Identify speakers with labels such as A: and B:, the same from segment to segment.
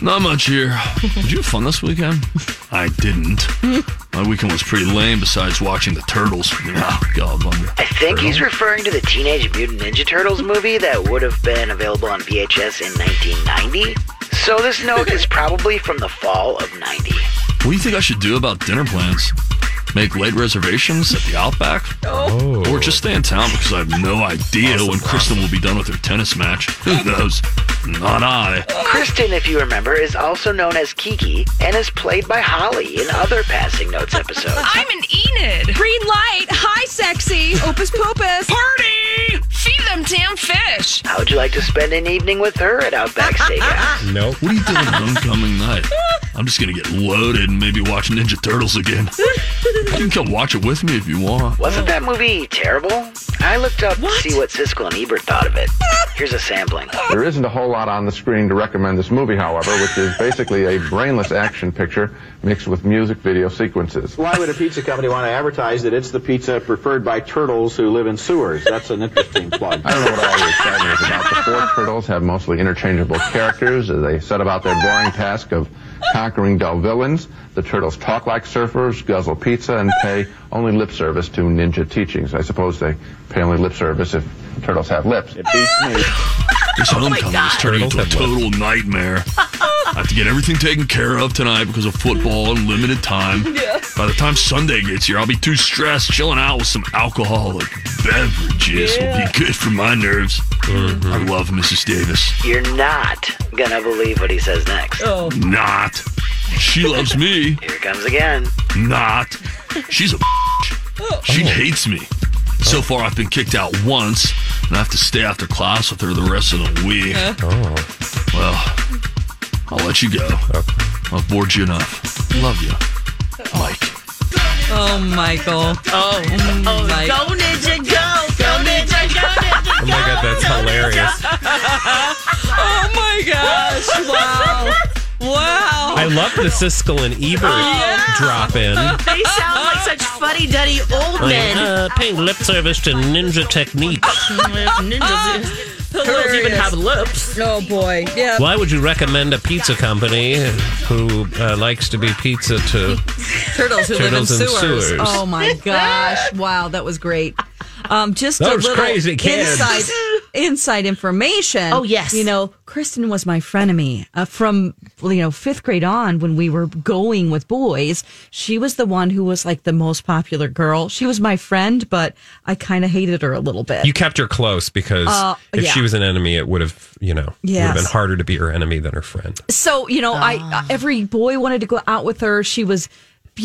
A: Not much here. Did you have fun this weekend? I didn't. My weekend was pretty lame besides watching the turtles. Yeah, God, Bunga.
B: I think he's referring to the Teenage Mutant Ninja Turtles movie that would have been available on VHS in 1990. So this note is probably from the fall of 90.
A: What do you think I should do about dinner plans? Make late reservations at the Outback? Or just stay in town because I have no idea when Kristen will be done with her tennis match. Who knows? Not I.
B: Kristen, if you remember, is also known as Kiki and is played by Holly in other Passing Notes episodes.
C: I'm an Enid. Green light. Hi, sexy. Opus popus. Party! Feed them damn fish.
B: How would you like to spend an evening with her at Outback Steakhouse?
A: What are you doing on homecoming night? I'm just gonna get loaded and maybe watch Ninja Turtles again. You can come watch it with me if you want.
B: Wasn't that movie terrible? I looked up to see what Siskel and Ebert thought of it. Here's a sampling.
D: There isn't a whole lot on the screen to recommend this movie, however, which is basically a brainless action picture mixed with music video sequences.
E: Why would a pizza company want to advertise that it's the pizza preferred by turtles who live in sewers? That's an interesting plug.
D: I don't know what all the excitement is about. The four turtles have mostly interchangeable characters as they set about their boring task of conquering dull villains. The turtles talk like surfers, guzzle pizza, and pay only lip service to ninja teachings. I suppose they pay only lip service if turtles have lips.
E: It beats me.
A: This homecoming is turning into a total nightmare. I have to get everything taken care of tonight because of football and limited time. By the time Sunday gets here, I'll be too stressed. Chilling out with some alcoholic beverages will be good for my nerves. I love Mrs. Davis.
B: You're not gonna believe what he says next.
A: Not. She loves me.
B: Here it comes again.
F: Oh
A: Not. She's a bitch. She hates me. So far, I've been kicked out once, and I have to stay after class with her the rest of the week. Oh. Well, I'll let you go. I've bored you enough. Love you, Mike.
G: Oh, Michael. Oh, Mike.
H: Go Ninja Go! Go Ninja Go!
F: Oh my god, that's hilarious.
G: Oh my gosh. Wow. Wow. Oh.
F: I love the Siskel and Ebert drop in.
H: They sound like such funny duddy old men.
F: Uh, paying lip service to ninja techniques.
H: Ninjas turtles even have lips.
G: Oh boy. Yeah.
F: Why would you recommend a pizza company who uh, likes to be pizza to?
G: Turtles who
F: Turtles
G: live
F: in
G: in sewers.
F: sewers.
G: Oh my gosh. Wow, that was great. Um, just
F: Those
G: a little
F: crazy kids.
G: inside inside information.
H: Oh, yes.
G: You know, Kristen was my frenemy uh, from you know fifth grade on when we were going with boys. She was the one who was like the most popular girl. She was my friend, but I kind of hated her a little bit.
F: You kept her close because
G: Uh,
F: if
G: yeah.
F: she was an enemy, it would have you know would have
G: Yes.
F: been harder to be her enemy than her friend.
G: So you know, I every boy wanted to go out with her. She was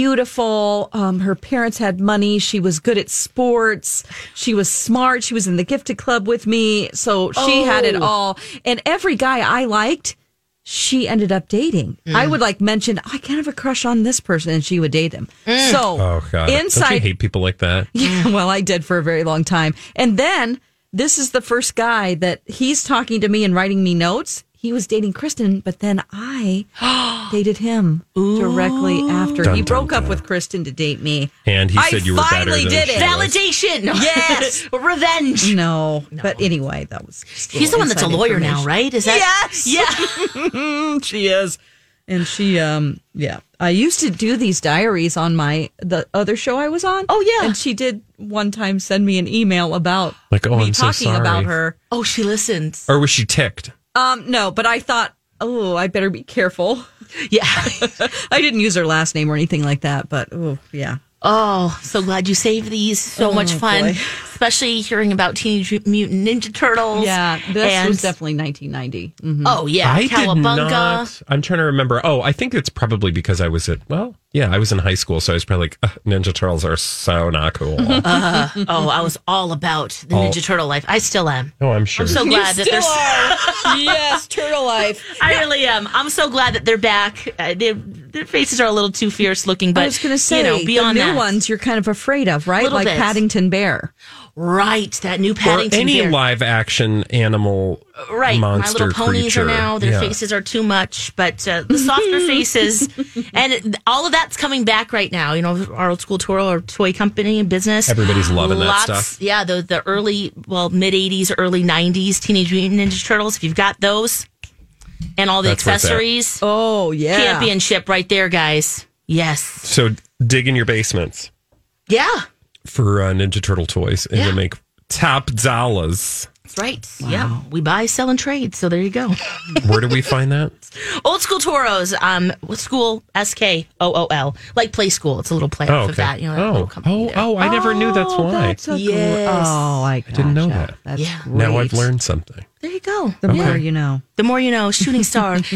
G: beautiful. Um, her parents had money. She was good at sports. She was smart. She was in the gifted club with me. So she had it all. And every guy I liked, she ended up dating. I would like mention, I kind of have a crush on this person, and she would date him. So
F: Oh god, Don't you
G: inside
F: hate people like that?
G: yeah,
B: Mm.
G: well, I did for a very long time. And then this is the first guy that he's talking to me and writing me notes. he was dating Kristen, but then I dated him directly after.
A: Dun,
G: he
A: dun,
G: broke up with Kristen to date me.
A: And he
G: I
A: said you were better
G: finally
A: than
G: did it.
A: she was.
B: Validation.
G: Yes.
B: Revenge.
G: No, But anyway, that was.
B: She's the one that's a lawyer now, right? Is that?
G: Yes. Yeah. she is. And she, um, yeah. I used to do these diaries on my the other show I was on. Oh yeah. And she did one time send me an email about
A: Like, oh,
G: me
A: I'm so
G: talking about
A: sorry.
G: her.
B: Oh, she listens.
A: Or was she ticked?
G: Um, no, but I thought, oh, I better be careful.
B: Yeah.
G: I didn't use her last name or anything like that, but oh, yeah.
B: Oh, so glad you saved these. So
G: Oh,
B: much fun,
G: boy.
B: especially hearing about Teenage Mutant Ninja Turtles.
G: Yeah, this
B: and-
G: was definitely 1990. Mhm.
B: Oh yeah,
A: I
B: Cowabunga.
A: did not. I'm trying to remember. Oh, I think it's probably because I was at, well, yeah, I was in high school. So I was probably like, "Ugh, Ninja Turtles are so not cool.
B: uh, oh, I was all about the
A: All-
B: Ninja Turtle life. I still am.
A: oh, I'm sure.
B: I'm so
A: You
B: glad that
A: still
B: there's.
G: yes, turtle life.
B: I really am. I'm so glad that they're back. Uh, they, their faces are a little too fierce looking, but
G: I was going to say,
B: you know, beyond
G: the new
B: that,
G: ones you're kind of afraid of, right?
B: Little
G: like
B: bit.
G: Paddington Bear.
B: right? That new
A: Or
B: Paddington
A: any
B: bear.
A: live action animal
B: right
A: monster
B: my little ponies
A: creature.
B: are now their
A: Yeah.
B: faces are too much but uh, the softer faces and it- all of that's coming back right now you know our old school tour or toy company business
A: Everybody's loving that
B: Lots-
A: stuff.
B: yeah the, the early well mid 80s early 90s teenage mutant ninja turtles if you've got those and all the
A: That's worth that.
B: accessories
G: oh yeah
B: championship right there guys yes
A: So dig in your basements
B: yeah
A: for uh, Ninja Turtle toys and
B: Yeah.
A: you'll make top dollars.
B: that's right yeah we buy sell and trade so there you go
A: Where do we find that?
B: Old school Toros, um, school S K O O L, like play school. It's a little playoff
A: Oh,
B: of
A: okay.
B: that. You know, that
A: Oh.
B: little company there.
A: Oh, I never knew that's why.
B: yes.
G: Oh, I,
A: I didn't know that.
G: That's
B: Yeah.
A: Now
G: great.
A: I've learned something.
B: There you go.
G: The more you know.
B: The more you know. Shooting star.